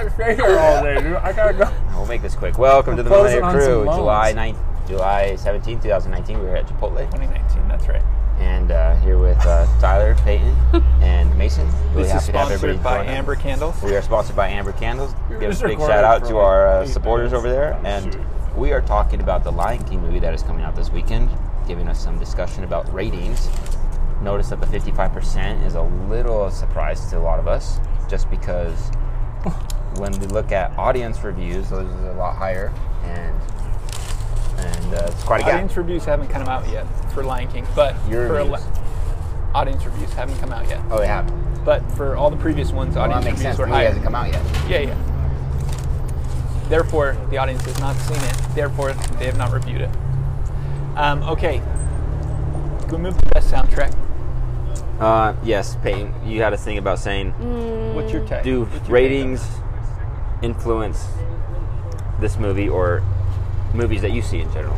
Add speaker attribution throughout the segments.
Speaker 1: to stay here all day, dude. I gotta go.
Speaker 2: We'll make this quick. Welcome to the
Speaker 1: Propose
Speaker 2: Millennium
Speaker 1: on
Speaker 2: Crew,
Speaker 1: some loans.
Speaker 2: July 9th, July 17th, 2019. We were at Chipotle
Speaker 1: 2019. That's right.
Speaker 2: and uh, here with uh, Tyler, Peyton, and Mason. Really
Speaker 3: This is
Speaker 2: happy to have everybody
Speaker 3: sponsored by
Speaker 2: join us.
Speaker 3: Amber Candles.
Speaker 2: We are sponsored by Amber Candles.
Speaker 1: You're
Speaker 2: Give
Speaker 1: just
Speaker 2: a big
Speaker 1: recorded
Speaker 2: shout out
Speaker 1: for
Speaker 2: to our
Speaker 1: like
Speaker 2: uh,
Speaker 1: eight
Speaker 2: supporters
Speaker 1: minutes.
Speaker 2: over there.
Speaker 1: Oh,
Speaker 2: And
Speaker 1: shoot.
Speaker 2: we are talking about the Lion King movie that is coming out this weekend, giving us some discussion about ratings. Notice that the 55% is a little surprise to a lot of us, just because when we look at audience reviews, those are a lot higher. And and uh, it's quite a gap.
Speaker 3: Audience reviews haven't come out yet for Lion King, but
Speaker 2: Your
Speaker 3: for
Speaker 2: reviews.
Speaker 3: audience reviews haven't come out yet.
Speaker 2: Oh, they haven't.
Speaker 3: But for all the previous ones,
Speaker 2: Well,
Speaker 3: audience
Speaker 2: that makes
Speaker 3: reviews
Speaker 2: sense. The
Speaker 3: were
Speaker 2: movie
Speaker 3: higher.
Speaker 2: hasn't come out yet.
Speaker 3: Yeah, yeah. Therefore, the audience has not seen it. Therefore, they have not reviewed it. Um, okay. Can we move to best soundtrack?
Speaker 2: Uh, yes, Peyton, you had a thing about saying
Speaker 3: What's your take?
Speaker 2: do
Speaker 3: What's your take on
Speaker 2: ratings influence this movie or movies that you see in general?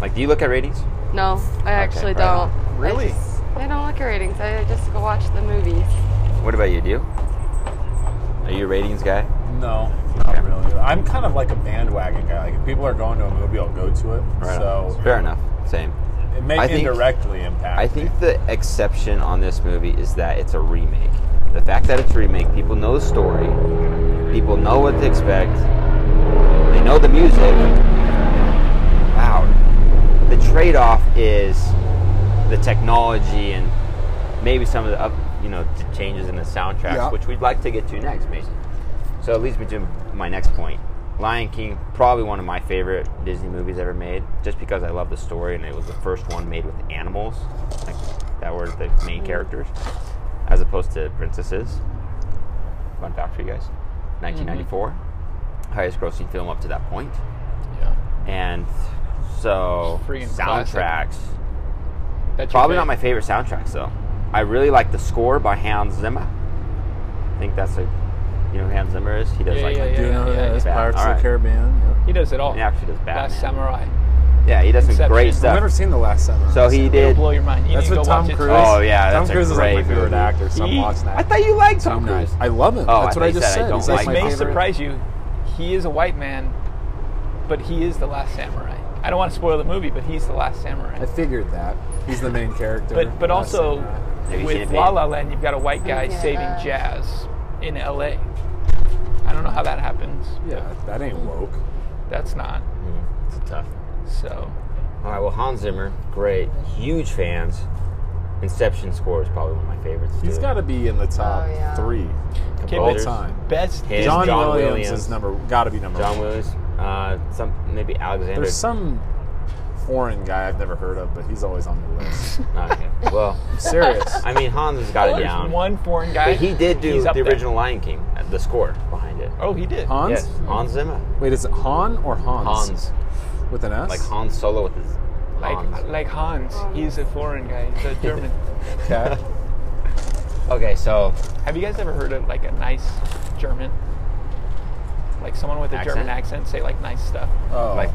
Speaker 2: Like, do you look at ratings?
Speaker 4: No, I actually
Speaker 2: right
Speaker 4: don't.
Speaker 2: on.
Speaker 4: I
Speaker 3: Really?
Speaker 4: just- I, don't look at ratings. I just go watch the movies.
Speaker 2: What about you? Do you? Are you a ratings guy?
Speaker 1: No, not really. I'm kind of like a bandwagon guy. Like if people are going to a movie, I'll go to it. so
Speaker 2: Fair enough. Same.
Speaker 1: it may
Speaker 2: I think-
Speaker 1: indirectly impact.
Speaker 2: I think the exception on this movie is that it's a remake. The fact that it's a remake, people know the story, people know what to expect, they know the music. Wow. The trade off is the technology and maybe some of the up, you know, t- changes in the soundtracks,
Speaker 3: Yeah.
Speaker 2: which we'd like to get to next, Mason. So it leads me to my next point. Lion King, probably one of my favorite Disney movies ever made, just because I love the story and it was the first one made with animals, like that were the
Speaker 3: Mm.
Speaker 2: main characters, as opposed to princesses. Fun fact for you guys: 1994,
Speaker 3: Mm-hmm.
Speaker 2: highest-grossing film up to that point,
Speaker 3: Yeah.
Speaker 2: and so
Speaker 3: Freaking classic.
Speaker 2: soundtracks.
Speaker 3: That's your
Speaker 2: Probably
Speaker 3: take.
Speaker 2: not my favorite soundtracks though. I really like the score by Hans Zimmer. I think that's a you know who Hans Zimmer is. He does
Speaker 3: Yeah,
Speaker 2: like
Speaker 3: yeah,
Speaker 2: the-
Speaker 3: yeah.
Speaker 5: You know,
Speaker 3: yeah,
Speaker 5: that's
Speaker 2: yeah.
Speaker 5: Pirates
Speaker 2: All
Speaker 5: of
Speaker 2: right.
Speaker 5: the Caribbean. yeah.
Speaker 3: He does it all.
Speaker 2: He actually does Batman.
Speaker 3: Last Samurai.
Speaker 2: yeah, he does some
Speaker 3: Inception.
Speaker 2: great
Speaker 3: I've
Speaker 5: I've
Speaker 2: stuff.
Speaker 5: never seen the last samurai.
Speaker 2: so he
Speaker 3: It'll
Speaker 2: did.
Speaker 3: blow your mind. You
Speaker 5: That's
Speaker 3: need to
Speaker 5: with
Speaker 3: go
Speaker 5: Tom
Speaker 3: watch
Speaker 5: Cruise.
Speaker 3: it.
Speaker 2: Oh yeah,
Speaker 5: Tom
Speaker 2: that's
Speaker 5: Cruise
Speaker 2: a
Speaker 5: is
Speaker 2: great
Speaker 5: like my favorite
Speaker 2: movie.
Speaker 5: actor. So I'm
Speaker 3: He-
Speaker 5: watching that.
Speaker 2: I thought you liked Tom
Speaker 5: I'm
Speaker 2: Cruise.
Speaker 5: not- I love him.
Speaker 2: Oh,
Speaker 5: That's
Speaker 2: I
Speaker 5: what I
Speaker 2: thought you
Speaker 5: just
Speaker 2: said I
Speaker 5: said.
Speaker 2: don't
Speaker 5: He's
Speaker 3: This
Speaker 5: like
Speaker 2: like
Speaker 5: my
Speaker 2: him.
Speaker 3: may
Speaker 5: favorite.
Speaker 3: surprise you. He is a white man, but he is the last samurai. I don't want to spoil the movie, but he's the last
Speaker 5: I
Speaker 3: samurai.
Speaker 5: figured that he's the main character.
Speaker 3: But but
Speaker 5: Last
Speaker 3: also
Speaker 5: Samurai.
Speaker 2: Have you seen
Speaker 3: with
Speaker 2: it,
Speaker 3: La
Speaker 2: babe?
Speaker 3: La Land, you've got a white guy
Speaker 4: Yeah.
Speaker 3: saving jazz in L.A. I don't know how that happens.
Speaker 5: yeah, that ain't woke.
Speaker 3: That's not
Speaker 2: It's tough.
Speaker 3: so.
Speaker 2: All right, well Hans Zimmer, great, huge fans. Inception score is probably one of my favorites.
Speaker 5: He's
Speaker 2: too.
Speaker 5: got to be in the top
Speaker 4: Oh, yeah.
Speaker 5: three
Speaker 3: Okay,
Speaker 5: all
Speaker 2: Competitors.
Speaker 5: time.
Speaker 3: Best
Speaker 2: His
Speaker 5: John,
Speaker 2: John
Speaker 5: Williams,
Speaker 2: Williams.
Speaker 5: is number. Got to be number.
Speaker 2: John
Speaker 5: one.
Speaker 2: Williams, uh, some maybe Alexander.
Speaker 5: There's some foreign guy I've never heard of, but he's always on the list.
Speaker 2: Oh, okay. Well,
Speaker 5: I'm serious.
Speaker 2: I mean Hans has got it
Speaker 3: There's
Speaker 2: down.
Speaker 3: one foreign guy.
Speaker 2: But he did do
Speaker 3: He's up
Speaker 2: the
Speaker 3: there.
Speaker 2: original Lion King, uh, the score behind it.
Speaker 3: Oh, he did.
Speaker 5: Hans.
Speaker 2: Yes, Hans Zimmer.
Speaker 5: Wait, is it Han or Hans?
Speaker 2: Hans,
Speaker 5: with an S.
Speaker 2: like Han Solo with his Hans.
Speaker 3: Like like Hans. He's a foreign guy. He's a German.
Speaker 5: Okay.
Speaker 2: Okay, so
Speaker 3: Have you guys ever heard of like a nice German? Like someone with a German
Speaker 2: Accent?
Speaker 3: accent say like nice stuff.
Speaker 5: Oh.
Speaker 2: like,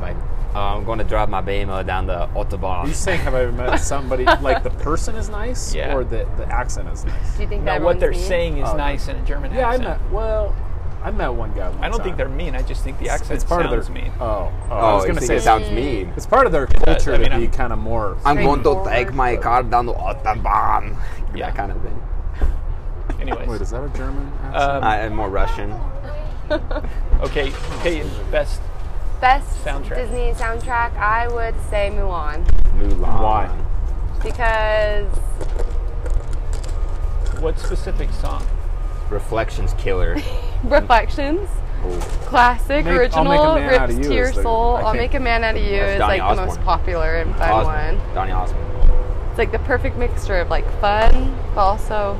Speaker 2: like uh, I'm going to drive my BMO down the
Speaker 5: Are
Speaker 2: autobahn.
Speaker 5: you saying have I met somebody like the person is nice
Speaker 3: Yeah.
Speaker 5: or the, the accent is nice?
Speaker 4: Do you think
Speaker 3: Now
Speaker 4: that
Speaker 3: what
Speaker 4: everyone's
Speaker 3: they're
Speaker 4: mean?
Speaker 3: saying is
Speaker 5: Oh,
Speaker 3: nice in a German
Speaker 5: Yeah, I
Speaker 3: accent.
Speaker 5: met well, I met one guy. One
Speaker 3: I don't think they're
Speaker 5: time.
Speaker 3: mean. I just think the accent
Speaker 5: it's part
Speaker 3: sounds
Speaker 5: of their
Speaker 3: mean.
Speaker 5: Oh, oh,
Speaker 2: oh,
Speaker 5: I was
Speaker 2: you
Speaker 5: gonna
Speaker 2: think
Speaker 5: say
Speaker 2: it sounds mean.
Speaker 5: It's part of their
Speaker 3: does.
Speaker 5: culture
Speaker 3: I mean,
Speaker 5: to be
Speaker 3: I'm-
Speaker 5: kind of more.
Speaker 2: I'm going to
Speaker 4: Straightforward.
Speaker 2: take my car down the autobahn.
Speaker 3: Yeah.
Speaker 2: that kind of thing.
Speaker 3: Anyways,
Speaker 5: Wait, is that a German accent?
Speaker 3: Um,
Speaker 2: I am more Russian.
Speaker 3: okay, Peyton, best.
Speaker 4: Best
Speaker 3: Soundtrack.
Speaker 4: Disney soundtrack, I would say Mulan
Speaker 2: Mulan.
Speaker 5: Why?
Speaker 4: because
Speaker 3: What specific song?
Speaker 2: Reflections killer.
Speaker 4: Reflections, classic,
Speaker 5: Make- I'll
Speaker 4: original,
Speaker 5: make a man out of
Speaker 4: rips
Speaker 5: you
Speaker 4: to your
Speaker 5: is the-
Speaker 4: soul.
Speaker 5: I
Speaker 4: I'll
Speaker 5: think
Speaker 4: make a man out of you
Speaker 2: that's
Speaker 4: is
Speaker 2: Donny
Speaker 4: like the most
Speaker 2: Osmond.
Speaker 4: popular and fun
Speaker 2: Osmond.
Speaker 4: one.
Speaker 2: Donny Osmond.
Speaker 4: It's like the perfect mixture of like fun, but also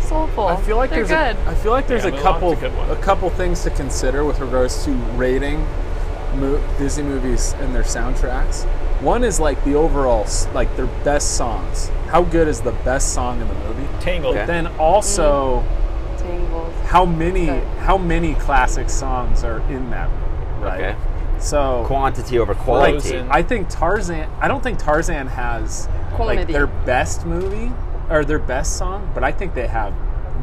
Speaker 4: soulful.
Speaker 5: I feel like
Speaker 4: they're
Speaker 5: there's
Speaker 4: good.
Speaker 5: A, I feel like there's
Speaker 3: Yeah,
Speaker 5: a
Speaker 3: Mulan's
Speaker 5: couple
Speaker 3: a good one.
Speaker 5: a, couple things to consider with regards to rating mo- Disney movies and their soundtracks. One is like the overall s- like their best songs. How good is the best song in the movie?
Speaker 3: Tangled.
Speaker 2: Okay.
Speaker 5: Then also
Speaker 4: Tingles.
Speaker 5: how many
Speaker 4: Right.
Speaker 5: how many classic songs are in that movie, right?
Speaker 2: Okay.
Speaker 5: So
Speaker 2: Quantity over
Speaker 5: like,
Speaker 2: quality.
Speaker 3: Frozen.
Speaker 5: I think Tarzan I don't think Tarzan has like
Speaker 4: Quantity.
Speaker 5: their best movie, or their best song, but I think they have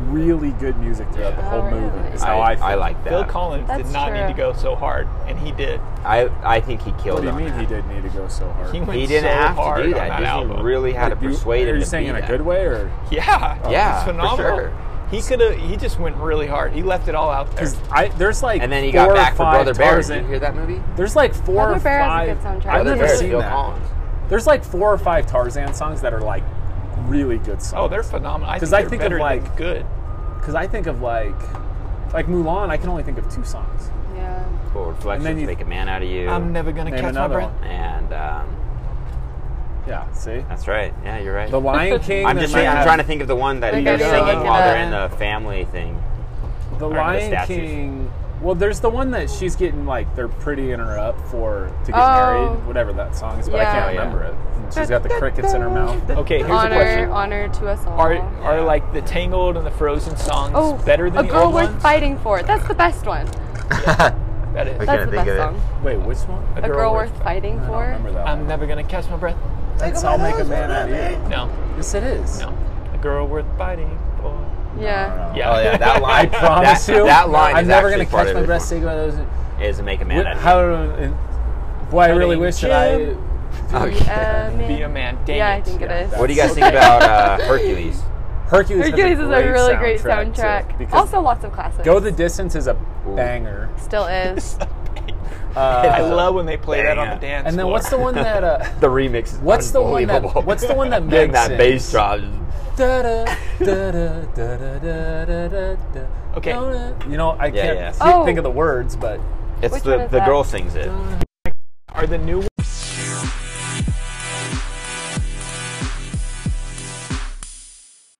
Speaker 5: really good music throughout the
Speaker 4: Yeah.
Speaker 5: whole
Speaker 4: Oh, really?
Speaker 5: movie. Is
Speaker 4: I-
Speaker 5: how I, feel.
Speaker 2: I like that.
Speaker 3: Phil Collins did
Speaker 4: That's
Speaker 3: not need
Speaker 4: true.
Speaker 3: to go so hard, and he did.
Speaker 2: I I think he killed
Speaker 5: What do you
Speaker 2: on
Speaker 5: mean
Speaker 2: that.
Speaker 5: he did need to go so hard?
Speaker 3: He went
Speaker 2: He didn't
Speaker 3: so
Speaker 2: have to
Speaker 3: hard
Speaker 2: do
Speaker 3: on
Speaker 2: that. Disney
Speaker 3: album.
Speaker 2: really had to
Speaker 5: Like, you-
Speaker 2: persuade him
Speaker 5: Are you
Speaker 2: to
Speaker 5: saying
Speaker 2: be
Speaker 5: in a
Speaker 2: that.
Speaker 5: good way, or
Speaker 3: Yeah,
Speaker 2: Yeah,
Speaker 3: it's
Speaker 2: for
Speaker 3: phenomenal.
Speaker 2: sure.
Speaker 3: He could have. He just went really hard. He left it all out there.
Speaker 5: because I there's like
Speaker 2: And then he
Speaker 5: four
Speaker 2: got
Speaker 5: or
Speaker 2: back for
Speaker 5: five
Speaker 2: Brother Bear. Did
Speaker 5: Tarzan-
Speaker 2: you hear that movie?
Speaker 5: There's like four or
Speaker 4: Brother Bear has a
Speaker 5: five.
Speaker 4: good soundtrack.
Speaker 5: I've
Speaker 4: Brother
Speaker 5: never
Speaker 4: Bear is
Speaker 5: seen
Speaker 2: Phil
Speaker 5: that.
Speaker 2: Collins.
Speaker 5: There's like four or five Tarzan songs that are like really good
Speaker 3: oh,
Speaker 5: songs.
Speaker 3: they're phenomenal. I
Speaker 5: 'Cause
Speaker 3: think
Speaker 5: I
Speaker 3: they're
Speaker 5: think of,
Speaker 3: better than
Speaker 5: like-
Speaker 3: good.
Speaker 5: Because I think of like like Mulan. I can only think of two songs.
Speaker 4: Yeah.
Speaker 2: Cool reflections
Speaker 5: then you-
Speaker 2: make a man out of you.
Speaker 3: I'm never gonna
Speaker 5: Name
Speaker 3: catch my
Speaker 5: another
Speaker 3: breath.
Speaker 5: one.
Speaker 2: and um,
Speaker 5: Yeah. See,
Speaker 2: that's right. Yeah, you're right.
Speaker 5: The Lion King.
Speaker 2: I'm
Speaker 5: they
Speaker 2: just
Speaker 5: might
Speaker 2: saying, I'm
Speaker 5: have-
Speaker 2: trying to think of the one that
Speaker 4: Like,
Speaker 2: they're
Speaker 5: I know,
Speaker 2: singing
Speaker 5: like,
Speaker 2: while
Speaker 4: uh,
Speaker 2: they're in the family thing.
Speaker 5: The
Speaker 2: the
Speaker 5: Lion
Speaker 2: statues.
Speaker 5: King. Well, there's the one that she's getting like they're prettying her up for to get
Speaker 4: Oh.
Speaker 5: married, whatever that song is, but I
Speaker 4: Yeah.
Speaker 5: can't
Speaker 2: Oh, yeah.
Speaker 5: remember it. And She's got the crickets in her mouth.
Speaker 3: Okay, here's a
Speaker 4: honor,
Speaker 3: question.
Speaker 4: honor to us all.
Speaker 3: Are are like the Tangled and the Frozen songs
Speaker 4: oh,
Speaker 3: better than
Speaker 4: a
Speaker 3: the
Speaker 4: girl
Speaker 3: old
Speaker 4: worth
Speaker 3: ones?
Speaker 4: fighting for. That's the best one.
Speaker 3: That is.
Speaker 2: Okay.
Speaker 4: That's
Speaker 2: can't think
Speaker 4: the
Speaker 2: of
Speaker 4: best
Speaker 2: it.
Speaker 4: song.
Speaker 5: Wait, which one?
Speaker 4: A girl, worth fighting
Speaker 5: I don't remember
Speaker 4: for.
Speaker 5: that.
Speaker 3: I'm
Speaker 5: One.
Speaker 3: never gonna catch my breath.
Speaker 5: That's I'll make a man out of
Speaker 3: No,
Speaker 5: you. Yes, it is.
Speaker 3: no. A girl worth fighting for.
Speaker 4: Yeah.
Speaker 5: Yeah.
Speaker 2: Oh yeah, that
Speaker 5: I
Speaker 2: line.
Speaker 5: promise
Speaker 2: that,
Speaker 5: you,
Speaker 2: That line
Speaker 5: I'm
Speaker 2: is
Speaker 5: never
Speaker 2: actually
Speaker 5: gonna
Speaker 2: part
Speaker 5: catch
Speaker 2: of
Speaker 5: my
Speaker 2: this
Speaker 5: breath.
Speaker 2: one,
Speaker 5: Sing about those.
Speaker 2: Is make a man out
Speaker 5: Wh-
Speaker 2: of you.
Speaker 5: How? and- Boy, I really wish that I.
Speaker 3: Jim.
Speaker 2: Okay.
Speaker 3: Be a man. Dang
Speaker 4: yeah,
Speaker 3: it.
Speaker 4: I think it is.
Speaker 2: Oh, What do you guys think about uh, Hercules?
Speaker 5: Hercules. has
Speaker 4: Hercules is a really great
Speaker 5: too,
Speaker 4: soundtrack.
Speaker 5: because
Speaker 4: also, lots of classics.
Speaker 5: Go the Distance is a
Speaker 2: Ooh.
Speaker 5: banger.
Speaker 4: Still is.
Speaker 3: I
Speaker 5: Uh,
Speaker 3: love when they play that on
Speaker 2: Dang
Speaker 3: the
Speaker 2: it.
Speaker 3: dance.
Speaker 5: and then
Speaker 3: floor.
Speaker 5: what's the one that? Uh,
Speaker 2: The remix is
Speaker 5: What's the one that-
Speaker 2: unbelievable.
Speaker 5: what's the one that
Speaker 2: Getting
Speaker 5: Meg
Speaker 2: that bass
Speaker 5: sings?
Speaker 2: drop?
Speaker 5: da da da da da da da da da.
Speaker 3: Okay.
Speaker 5: You know, I can't
Speaker 2: yeah.
Speaker 5: thi-
Speaker 4: Oh.
Speaker 5: think of the words, but
Speaker 2: It's
Speaker 4: Which
Speaker 2: the
Speaker 4: one is
Speaker 2: the
Speaker 4: that?
Speaker 2: girl sings it.
Speaker 3: are the new